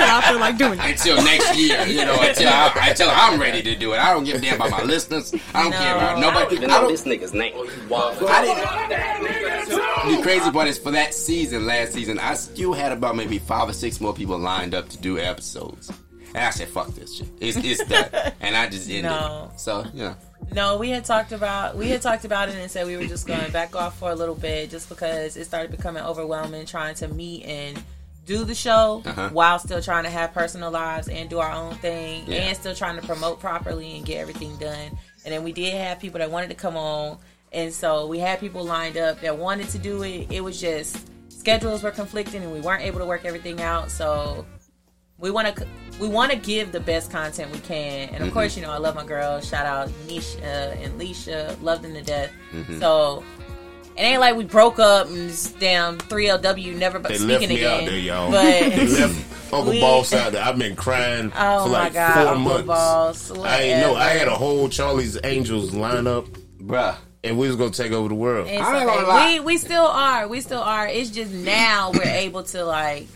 what I feel like doing.
until next year. You know until I, until I'm ready to do it. I don't give a damn about my listeners. I don't care about
No.
nobody. I don't-
nigga's name.
I didn't. The crazy part is for that season, last season, I still had about maybe five or six more people lined up to do episodes. And I said, fuck this shit. It's, it's done. and I just ended
No.
it. So, you know.
No, we had talked about we had talked about it and said we were just going to back off for a little bit just because it started becoming overwhelming trying to meet and do the show
Uh-huh.
while still trying to have personal lives and do our own thing
Yeah.
and still trying to promote properly and get everything done. And then we did have people that wanted to come on and so we had people lined up that wanted to do it. It was just schedules were conflicting and we weren't able to work everything out. So we want to we want to give the best content we can and of
Mm-hmm.
course you know i love my girls shout out nisha and leisha love them to death
Mm-hmm.
so it ain't like we broke up and this damn 3lw never
They
speaking
left me
again
out there, y'all. they
but
left Uncle
We-
Boss out there. I've been crying
oh
for
my
like
god
four
Uncle
months.
Boss,
I ain't know. I
whatever.
had a whole Charlie's Angels lineup,
Bruh.
and we was gonna take over the world.
It's
I ain't gonna
okay.
lie.
We we still are. We still are. It's just now we're able to like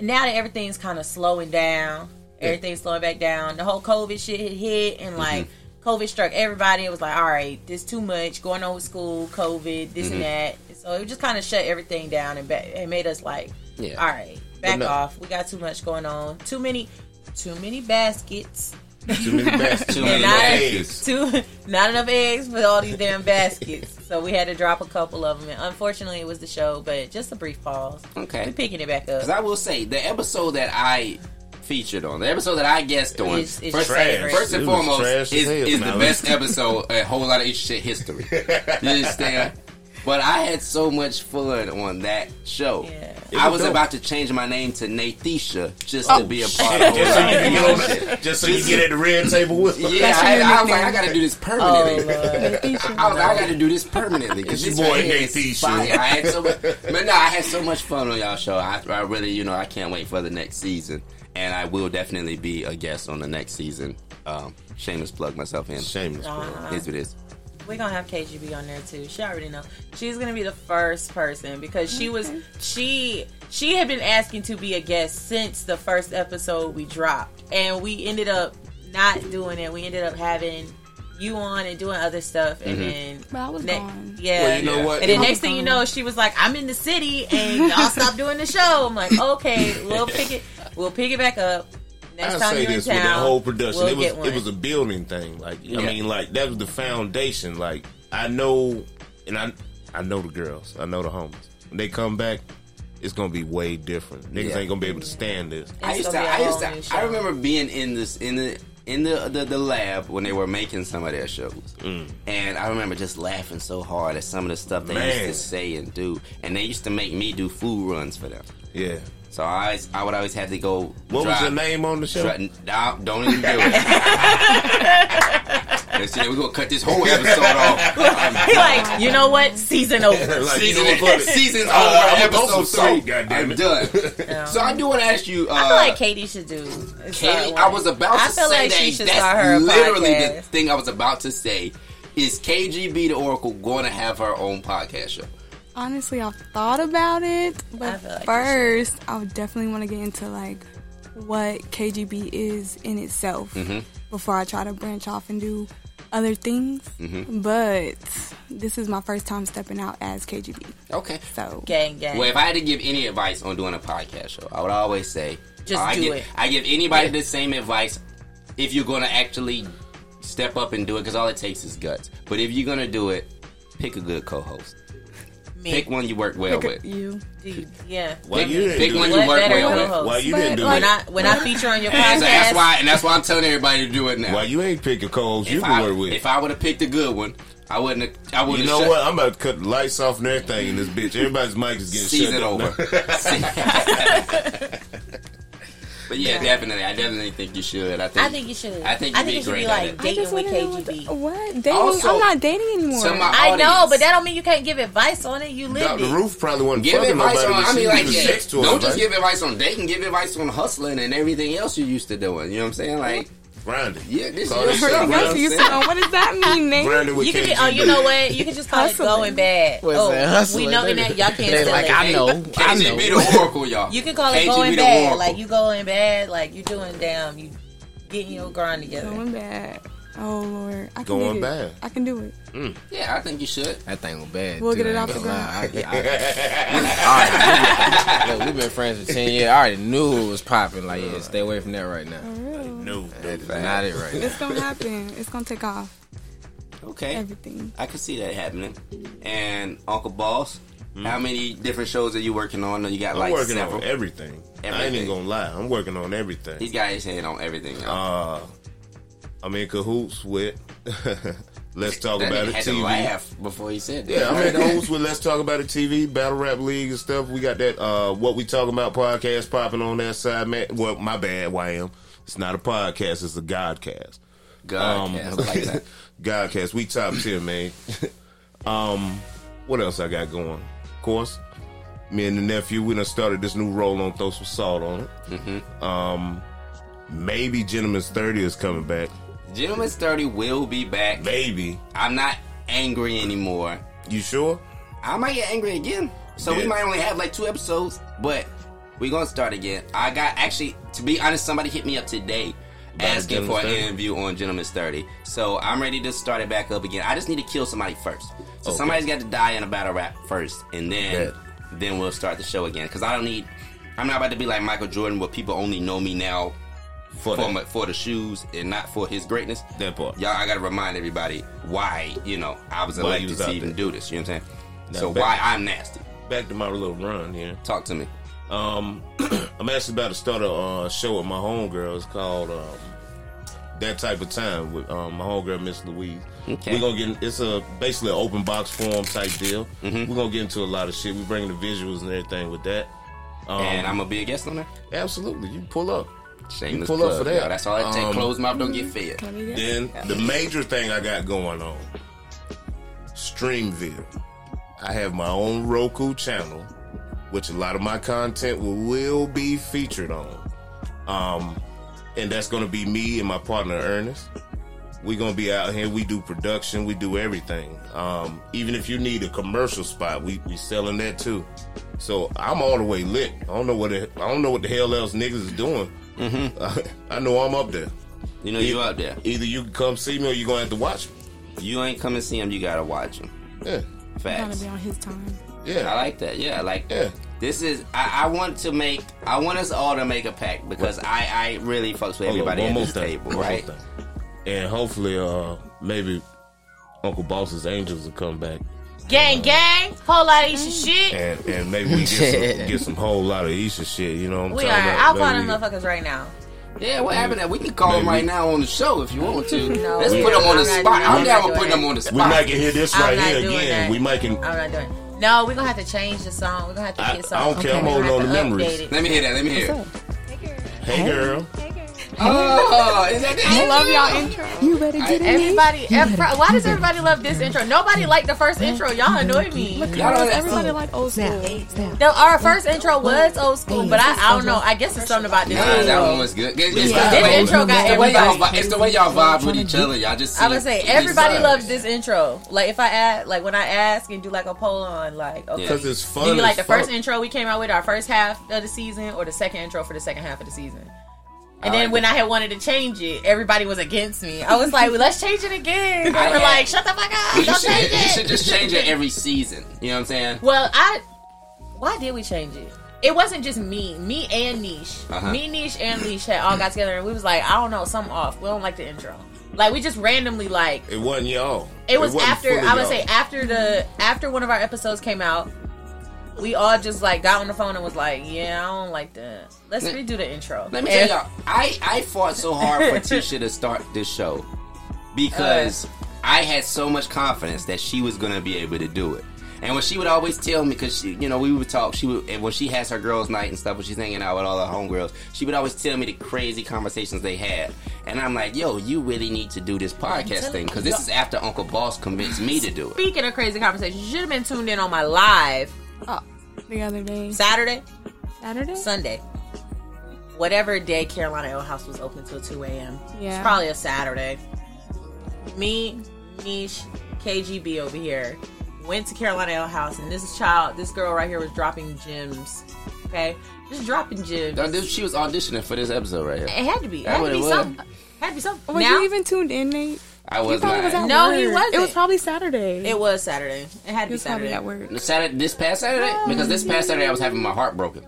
now that everything's kind of slowing down, everything's slowing back down. The whole COVID shit had hit
Mm-hmm.
and like COVID struck everybody. It was like, all right, this too much going on with school, COVID, this
Mm-hmm.
and that. So it just kind of shut everything down and back, it made us like,
Yeah.
all right, back
no.
off. We got too much going on. Too many, too many baskets.
Too many
Too
bastards. Too
many
many
Not-
eggs.
Two, not enough eggs for all these damn baskets. So we had to drop a couple of them. And unfortunately, it was the show, but just a brief pause.
Okay.
We're picking it back
Because
up.
I will say, the episode that I featured on, the episode that I guest on,
It's- it's
first,
trash.
first and
It was
foremost, is,
trash as hell.
is the
Nah,
best episode a whole lot of Isha shit history. You understand? But I had so much fun on that show.
Yeah.
I was
dope.
about to change my name to Nathisha just
Oh,
to be a part of
Just so you
it.
can get on that- just so you get at the red table with her.
Yeah, I, had- I was like, I gotta do this
Oh,
permanently.
Lord.
I was like, I gotta do this permanently because
It's
this
your boy,
right here is
Nathisha.
fire. I had so much, but no, I had so much fun on y'all show. I, I really, you know, I can't wait for the next season, and I will definitely be a guest on the next season. Um, shameless plug myself in.
Shameless, bro.
Uh-huh.
Is what it is.
We're gonna have KGB on there too. She already know. She's gonna be the first person because she was she she had been asking to be a guest since the first episode we dropped, and we ended up not doing it. We ended up having you on and doing other stuff, and then
But I was
ne-
gone.
yeah.
Well, you know what?
And then
I was
next thing you
gone.
know, she was like, "I'm in the city, and y'all stop doing the show." I'm like, "Okay, we'll pick it. We'll pick it back up." Next
I'll
time
say
you're
this
in
with
town,
that whole production,
we'll
it was
get one.
it was a building thing. Like I
Yeah.
mean, like that was the foundation. Like I know, and I I know the girls, I know the homies. When they come back, it's gonna be way different. Niggas
Yeah.
ain't gonna be able to stand this.
I
It's
used to,
gonna be a
I
whole new
used
show.
to, I remember being in this in the in the the, the lab when they were making some of their shows,
Mm.
and I remember just laughing so hard at some of the stuff they used
Man.
to say and do, and they used to make me do food runs for them.
Yeah.
So I always, I would always have to go.
What was
drive-
your name on the show?
Dri- nah, don't even do it. Let's see, we're gonna cut this whole episode off.
He like, you know what? Season over.
Like, you
Season,
know what?
season's
Uh,
over.
I'ma go
Episode
for three,
three.
goddamn
I'm
it.
done.
Yeah.
So I do want to ask you. Uh,
I feel like Katie should do.
Katie, I was about to
I feel
say
like
that.
she should
that's
start her
literally
podcast.
the thing I was about to say. Is KGB the Oracle going to have her own podcast show?
Honestly, I've thought about it,
I
but
feel like you
first, I would definitely want to get into like what KGB is in itself
Mm-hmm.
before I try to branch off and do other things.
Mm-hmm.
But this is my first time stepping out as KGB,
Okay.
so
gang gang.
Well, if I had to give any advice on doing a podcast show, I would always say "Oh,
Just
I
do
give,
it.
I give anybody the same advice if you're going to actually step up and do it because all it takes is guts. But if you're going to do it, pick a good co-host.
Me.
Pick one you work well
Pick
with.
a- you.
Dude, yeah.
Why
Pick-
you didn't
pick
do
one
it?
you
What
work
better
well with.
co-host?
Why you didn't do
But,
When
it?
I when I feature on your podcast,
So that's why, and that's why I'm telling everybody to do it now.
Why you ain't pick a co-host you
if
can
I,
work with?
if I would have picked a good one, I wouldn't. Have, I would.
you
have
know
shut,
what? I'm about to cut the lights off and everything in this bitch. Everybody's mic is getting
Season
shut down.
over. but yeah, definitely. I definitely think you should. I think.
I think you should.
I think you'd be
you should
great
be
at
like
it.
I
dating
just
with
wanna know what the-
KGB.
What dating?
Also,
I'm not dating anymore.
some of my
I know,
audience-
but that don't mean you can't give advice on it. You lived
Dr.
it.
Roof probably wasn't
Give
fucking
advice
nobody,
on.
but
I
she
mean, like,
was
yeah,
sex to
don't
her,
just
right?
give advice on dating. Give advice on hustling and everything else you used to doing. You know what I'm saying? Like,
Grinding.
yeah, this
Call
is
this
your
shit
shit.
Everything
you know
else
what
you
I'm
said,
saying?
what does that mean, nigga?
Grinding with
You could,
KGB.
just, oh,
uh,
you know what? You could just call it
Hustling.
going bad.
What's
oh,
that hustling?
we know in that y'all can't
They
sell
like,
it.
I know, I know.
KGB the Oracle, y'all.
You can call it
KGB
going
the
bad.
Oracle.
Like you going bad. Like you doing damn. You getting your grind together.
Going bad. Oh Lord, I can
Going
dig it.
bad.
I can do it.
Yeah, I think you should.
That thing was bad.
We'll
too,
get it
I ain't
off the
gonna lie. I- I-
Alright.
Look, we've been friends for ten years. I already knew it was popping. Like, yeah, stay away from that right now.
No, no.
Not it right now.
It's gonna happen. It's gonna take off
Okay.
everything.
I can see that happening. And Uncle Boss, how many different shows are you working on? You got
Hmm? I'm
like
working
several.
on everything. I ain't
Everything.
even gonna lie. I'm working on
He's
everything.
got his hand on everything. Y'all.
Uh, I'm in cahoots with. Let's talk
that
about
nigga
it.
had to
TV.
laugh before he said that.
Yeah, I'm in cahoots with Let's Talk About It TV, Battle Rap League and stuff. We got that uh What We Talking About podcast popping on that side, man. Well, my bad, YM. It's not a podcast, it's a Godcast.
God, yes, like that.
Um, Godcast. We top tier, man. um, what else I got going? Of course, me and the nephew, we done started this new role on Throw Some Salt on it.
Mm-hmm.
Um, maybe Gentleman's 30 is coming back.
Gentleman's 30 will be back.
Maybe.
I'm not angry anymore.
You sure?
I might get angry again. So we
Yeah.
might only have like two episodes, but we gonna start again. I got actually, to be honest, somebody hit me up today
About
asking for an
Gentleman's 30?
interview on Gentleman's 30. So I'm ready to start it back up again. I just need to kill somebody first. So
Okay.
somebody's got to die in a battle rap first, and then
Bet.
then we'll start the show again. Because I don't need, I'm not about to be like Michael Jordan, where people only know me now for
For that.
my, for the shoes and not for his greatness.
That part.
Y'all, I gotta remind everybody why you know I was
Why you
elected
was
to
out
even
there.
do this. You know what I'm saying?
Now
so
back-
why I'm nasty?
Back to my little run here.
Talk to me.
Um, I'm actually about to start a uh, show with my homegirl. It's called um, that type of time with um, my homegirl Miss Louise.
Okay.
We're gonna get in- it's a basically an open box form type deal.
Mm-hmm.
We're gonna get into a lot of shit. We bring the visuals and everything with that. Um,
and I'm gonna be a guest on that.
absolutely, you pull up.
Shameless
pull up
plug,
for that.
y'all. That's all I take.
Um,
Closed mouth don't get fed.
Can I be there?
Then the major thing I got going on, Streamville. I have my own Roku channel, which a lot of my content will, will be featured on. Um, and that's going to be me and my partner Ernest. We're going to be out here. We do production. We do everything. Um, even if you need a commercial spot, we we selling that too. So I'm all the way lit. I don't know what the, I don't know what the hell else niggas is doing. I know I'm up there.
You know you out there.
Either you can come see me or you're gonna have to watch me.
You ain't come and see him. You gotta watch him.
Yeah.
Gotta
Facts.
be on his time.
Yeah.
I like that. Yeah, like
Yeah.
this is. I, I want to make. I want us all to make a pact because I I really fucks with
Hold on,
everybody
one
at
more
this
thing,
table,
one more
right?
thing. And hopefully uh maybe Uncle Boss's Angels will come back.
Gang, gang, whole lot of Isha shit.
And and maybe we get some get some whole lot of Isha shit, you know what I'm
We are.
talking about?
I'll call them
Maybe we-
motherfuckers right now.
Yeah, what happened? That we can call him
Maybe.
right now on the show if you want to.
No,
Let's
we-
put him on the spot.
I'm not doing-
I'm down
I'm not
with putting
doing
him on the
we
spot.
might can hear this
I'm
right
not
here
doing
again.
that. Uh,
We might can
I'm not doing it. No, we're gonna have to change the song. We're gonna have to
I-
get something.
I don't care. I'm
We're gonna
holding
have
on to
to
memories.
update it.
Let me hear that. Let me hear. it.
Hey girl.
Oh, is that the
I
intro?
love y'all intro.
You better get it.
Everybody, every- why does everybody love this intro? Nobody liked the first intro. Y'all annoy me.
Y'all don't-
Everybody like old
Snap.
school.
Snap.
The, our first intro was old school, but I, I don't know. I guess it's something about this.
Nah, that
intro.
one was good. It's, it's
Yeah.
the
This
way,
intro got
it's the way y'all,
everybody.
vi- it's the way y'all vibe with each other. Y'all just. See
I would say
it.
everybody
It's-
loves this intro. Like if I add, like when I ask and do like a poll on, like okay,
Yeah.
'Cause it's fun
Do you
as
like the first
fuck.
intro we came out with, our first half of the season, or the second intro for the second half of the season? And
I
then
like
when I had wanted to change it, everybody was against me. I was like, well, "Let's change it again."
I
They were
had-
like, "Shut the fuck
You
up! Don't
should,
change
you should
it."
just change it every season. You know what I'm saying?
Well, I why did we change it? It wasn't just me, me and Niche,
Uh-huh.
me, Niche, and Leash had all got together, and we was like, "I don't know, something off. We don't like the intro." Like we just randomly like
It wasn't y'all.
it was
wasn't
after
fully
I would
y'all.
say after the after one of our episodes came out, we all just like got on the phone and was like, "Yeah, I don't like that. Let's
Let-
redo the intro."
Let me
And-
tell y'all, I, I fought so hard for Tisha to start this show because
Uh.
I had so much confidence that she was going to be able to do it. And when she would always tell me, because you know we would talk, she would and when she has her girls' night and stuff, when she's hanging out with all her homegirls, she would always tell me the crazy conversations they had. And I'm like, yo, you really need to do this podcast thing because this is after Uncle Boss convinced me to do it.
Speaking of crazy conversations, you should have been tuned in on my live
Oh, the other day.
Saturday,
Saturday?
Sunday, whatever day Carolina Ale House was open till two a.m.
Yeah.
It's probably a Saturday. Me, Niche, KGB over here went to Carolina Ale House, and this child, this girl right here, was dropping gems. Okay, just dropping gems.
Uh, this- She was auditioning for this episode right here.
It had to be. It
That
had to
what
be
it was.
something. Had to be something.
Were
now
Oh, you even tuned in, Nate?
I
You
was
probably was
not.
at
No,
work.
he wasn't.
It was probably Saturday.
it was Saturday. It had to
He
be
was probably
Saturday.
at work.
Saturday, this past Saturday, because this past Saturday I was having my heart broken.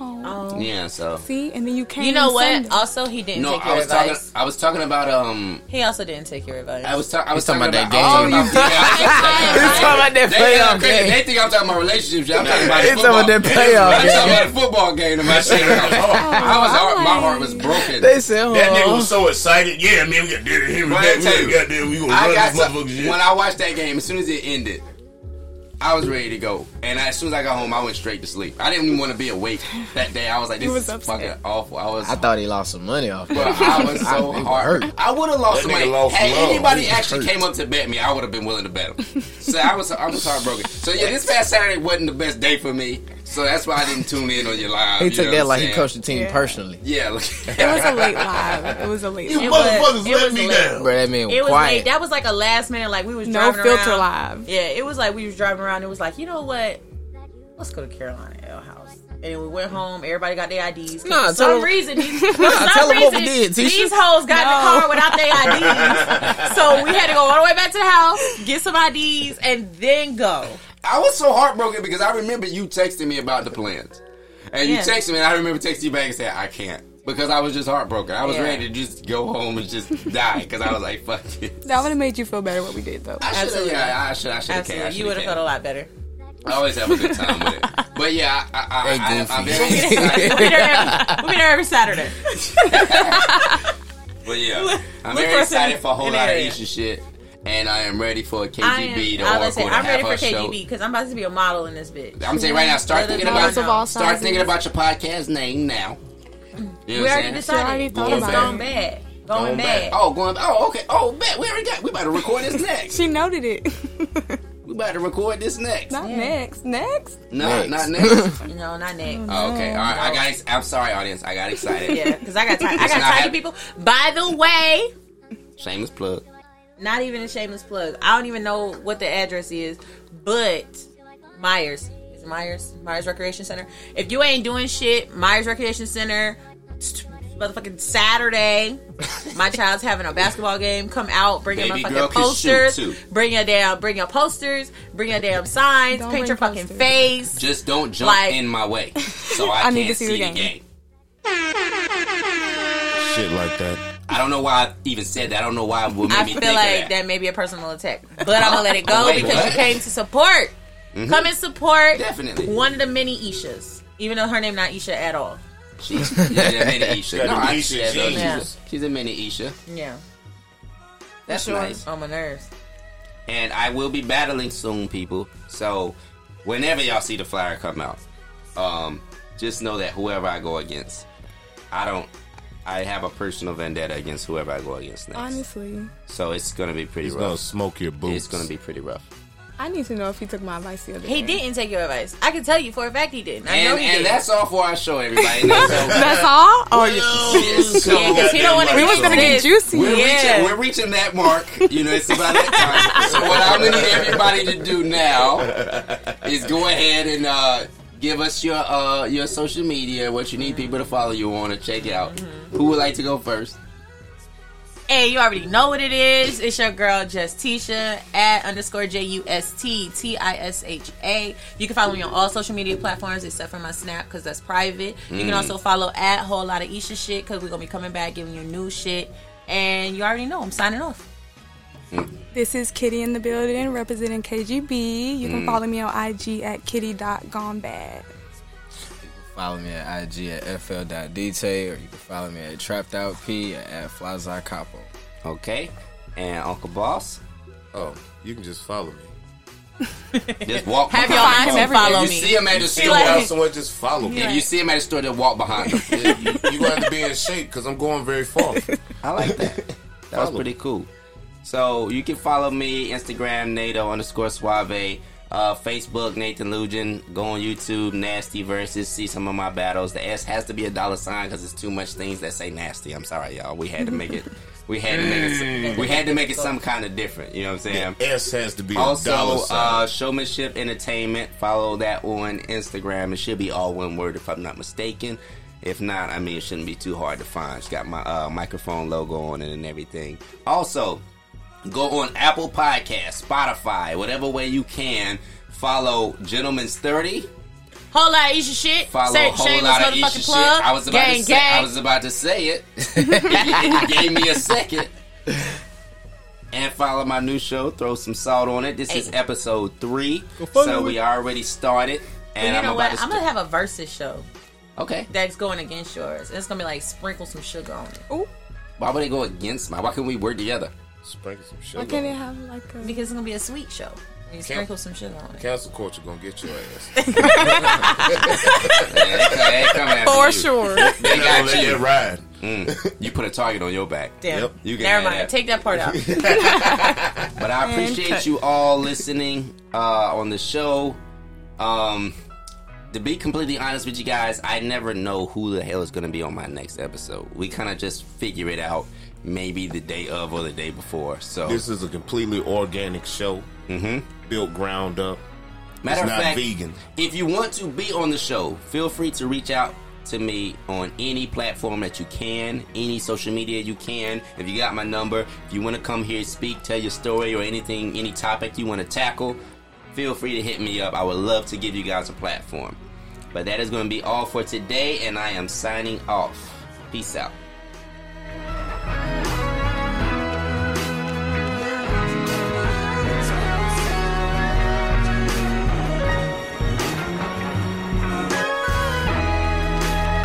Oh.
Oh.
Yeah, so
See, and then you came.
You know what? Uh,
Sunday.
Also, he didn't
no,
take
I
your
was talking.
advice.
I was talking about um.
He also didn't take your advice.
I was, ta- I was
talking
talking
about
about
that game.
Oh, yeah, I was-
It's talking about that
They, think I'm
playoff
crazy.
game.
they think I'm talking about relationships. y'all. I'm talking about
It's
football.
about that playoff
I'm talking
game.
about the football game and my shit. I was,
Oh,
I was heart, my heart was broken.
They said,
that nigga
oh,
was so excited. Yeah, man, we got did it. Here we
Bro,
got
I tell you,
goddamn. We gonna
I
run
got
this
some,
motherfucker.
when I watched that game. As soon as it ended, I was ready to go. And as soon as I got home, I went straight to sleep. I didn't even want to be awake that day. I was like, this
You was
is
upset.
fucking awful. I was
I thought he lost some money off.
Bro,
that.
I was so
It
hard.
hurt.
I would have lost
That nigga
money.
lost
Had
love.
anybody
He
actually
hurt.
came up to bet me, I would have been willing to bet them. So I was, I was heartbroken. So yeah, this past Saturday wasn't the best day for me. So that's why I didn't tune in on your live.
He
you know
took that
what I'm
like he
saying?
coached the team
Yeah.
personally.
Yeah, like,
It was a late live. It was a late
You
live.
was-
motherfuckers
it was
let me
lit.
down.
Bro, that man
It
was
was late.
quiet.
That was like a last minute. Like we was
No
driving
filter
around.
live.
Yeah, it was like we was driving around. It was like you know what? Let's go to Carolina L House. And we went home. Everybody got their IDs. 'Cause
Nah,
for
tell
some
them-
reason, these, for some
tell them what we
reason,
did, Tisha.
These hoes got in the
No.
car without their IDs, so we had to go all the way back to the house, get some IDs, and then go.
I was so heartbroken because I remember you texting me about the plans, and you
Yeah.
texted me, and I remember texting you back and saying I can't. Because I was just heartbroken. I was
Yeah.
ready to just go home and just die. Because I was like, "Fuck it."
That would have made you feel better what we did though.
I should have.
Absolutely.
Yeah, I should. I should have.
Absolutely, you would have felt a lot better.
I always have a good time with it. But yeah, I, I, I,
They
I, I, am
goofy.
very,
we be there every, we be there every Saturday.
But yeah, I'm
Look
very
for us
excited
in-
for a whole
in
lot of
area.
Asian shit, and I am ready for KGB
I am,
to
I
Oracle
was gonna say,
to
I'm
have
ready
her
for
show.
KGB because I'm about to be a model in this bitch.
I'm saying right now, start
Let
thinking
us know.
about
Models of all
start
sizes.
thinking about your podcast name now. You know
We
what I'm
already
saying?
decided.
already thought
it's
about
gone
it.
bad. Going,
Going bad.
bad.
Oh, going. Oh, okay. Oh, bet we already got. We about to record this next.
She noted it.
We about to record this next.
Not
Yeah.
next. Next.
No,
Next.
not next.
You know, not next.
Oh, okay. All right. I got. ex- I'm sorry, audience. I got excited.
Yeah, because I got tired. I
It's
got
not
tired
hap-
of people. By the way,
Shameless plug.
not even a shameless plug. I don't even know what the address is, but Myers is it Myers Myers Recreation Center. If you ain't doing shit, Myers Recreation Center, t- motherfucking Saturday. My child's having a basketball game. Come out, bring your
Baby girl
motherfucking
can shoot,
posters.
too.
Bring your damn, bring your posters. Bring your damn signs.
Don't
paint
bring
your fucking
posters.
face.
Just don't jump
Like-
in my way, so I,
I
can't
need to see the game.
Shit like that.
I don't know why I even said that. I don't know why it would make
I
me
feel
think of
like that.
that.
may be a personal attack, but I'm gonna let it go
Wait,
because
what? Mm-hmm.
you came to support. Come and support
Definitely.
one of the many Ishas, even though her name not Isha at all.
She's yeah, they're mini Isha.
Got
No,
the
I
Isha
see that though.
jeans.
Yeah.
She's- She's a mini Isha.
Yeah,
That's nice.
on my nerves.
And I will be battling soon, people. So whenever y'all see the flyer come out, um, just know that whoever I go against, I don't. I have a personal vendetta against whoever I go against next.
Honestly,
So it's gonna be pretty
He's gonna
rough.
smoke your boots.
It's gonna be pretty rough.
I need to know if he took my advice the other
He
day.
didn't take your advice. I can tell you for a fact he didn't. I know
And,
he
and
did.
that's all for our show, everybody. That's all.
That's all. Oh,
Yes, so
yeah, because he don't want to.
we was gonna get juicy.
We're, reaching,
Yeah.
we're reaching that mark. You know, it's about that time. So what I'm gonna need everybody to do now is go ahead and uh, give us your uh, your social media, what you need people to follow you on, and check out.
Mm-hmm.
Who would like to go first?
Hey, you already know what it is. It's your girl Justisha at underscore J U S T T I S H A. You can follow me on all social media platforms except for my Snap because that's private. You
Mm.
can also follow at whole lot of Isha shit because we're gonna be coming back giving you new shit. And you already know I'm signing off.
This is Kitty in the building representing KGB. You can follow me on IG at kitty.gonebad.
Follow me at IG at FL.DT or you can follow me at Trapped Out P or at Flyzy Capo.
Okay, and Uncle Boss,
Oh, you can just follow me.
just walk.
Have your
behind
eyes
him.
and follow
If
me.
You see him at the
He
store.
like-
Well, someone just follow me.
if you see him at the store, just walk behind him.
Yeah, you, you gonna have to be in shape because I'm going very far.
I like that. That was
Follow.
pretty cool. So you can follow me Instagram Nato underscore Suave, uh, Facebook Nathan Lugin. Go on YouTube Nasty Versus. See some of my battles. The S has to be a dollar sign because it's too much things that say nasty. I'm sorry, y'all. We had to make it. We had to make it. We had to make it some kind of different. You know what I'm saying?
S has to be a dollar
Also,
sign.
uh, Showmanship Entertainment. Follow that on Instagram. It should be all one word if I'm not mistaken. If not, I mean, it shouldn't be too hard to find. It's got my uh, microphone logo on it and everything. Also, go on Apple Podcasts, Spotify, whatever way you can. Follow Gentleman's 30.
Whole lot of Isha shit.
Follow
Say
a whole
shameless
lot of
motherfucking
Isha shit.
plug.
I was, about
gang,
to say,
gang.
I was about to say it. it gave me a second. And follow my new show, throw some salt on it. This is
Hey.
episode three.
follow
So
it.
we already started. And
you
I'm
know
about
what?
to
I'm
start.
gonna have a versus show
Okay.
that's going against yours. It's gonna be like sprinkle some sugar on it
Ooh,
Why would it go against my? Why can't we work together?
Sprinkle some sugar.
why can't it have like a.
because it's gonna be a sweet show. You sprinkle some sugar on it.
Cancel culture gonna get your ass.
Yeah, they come- they come after
For
you.
sure.
They
Don't
got
let
you.
that ride.
You put a target on your back.
Damn.
Yep.
You can have
Never mind.
that.
Take that part out.
But I appreciate you all listening uh, on the show. Um, to be completely honest with you guys, I never know who the hell is going to be on my next episode. We kind of just figure it out maybe the day of or the day before. So,
This is a completely organic show. Mm-hmm. Built ground up.
matter of
it's not
fact,
vegan.
if you want to be on the show, feel free to reach out to me on any platform that you can, any social media you can. If you got my number, if you want to come here, speak, tell your story, or anything, any topic you want to tackle, feel free to hit me up. I would love to give you guys a platform. But that is going to be all for today, and I am signing off. Peace out.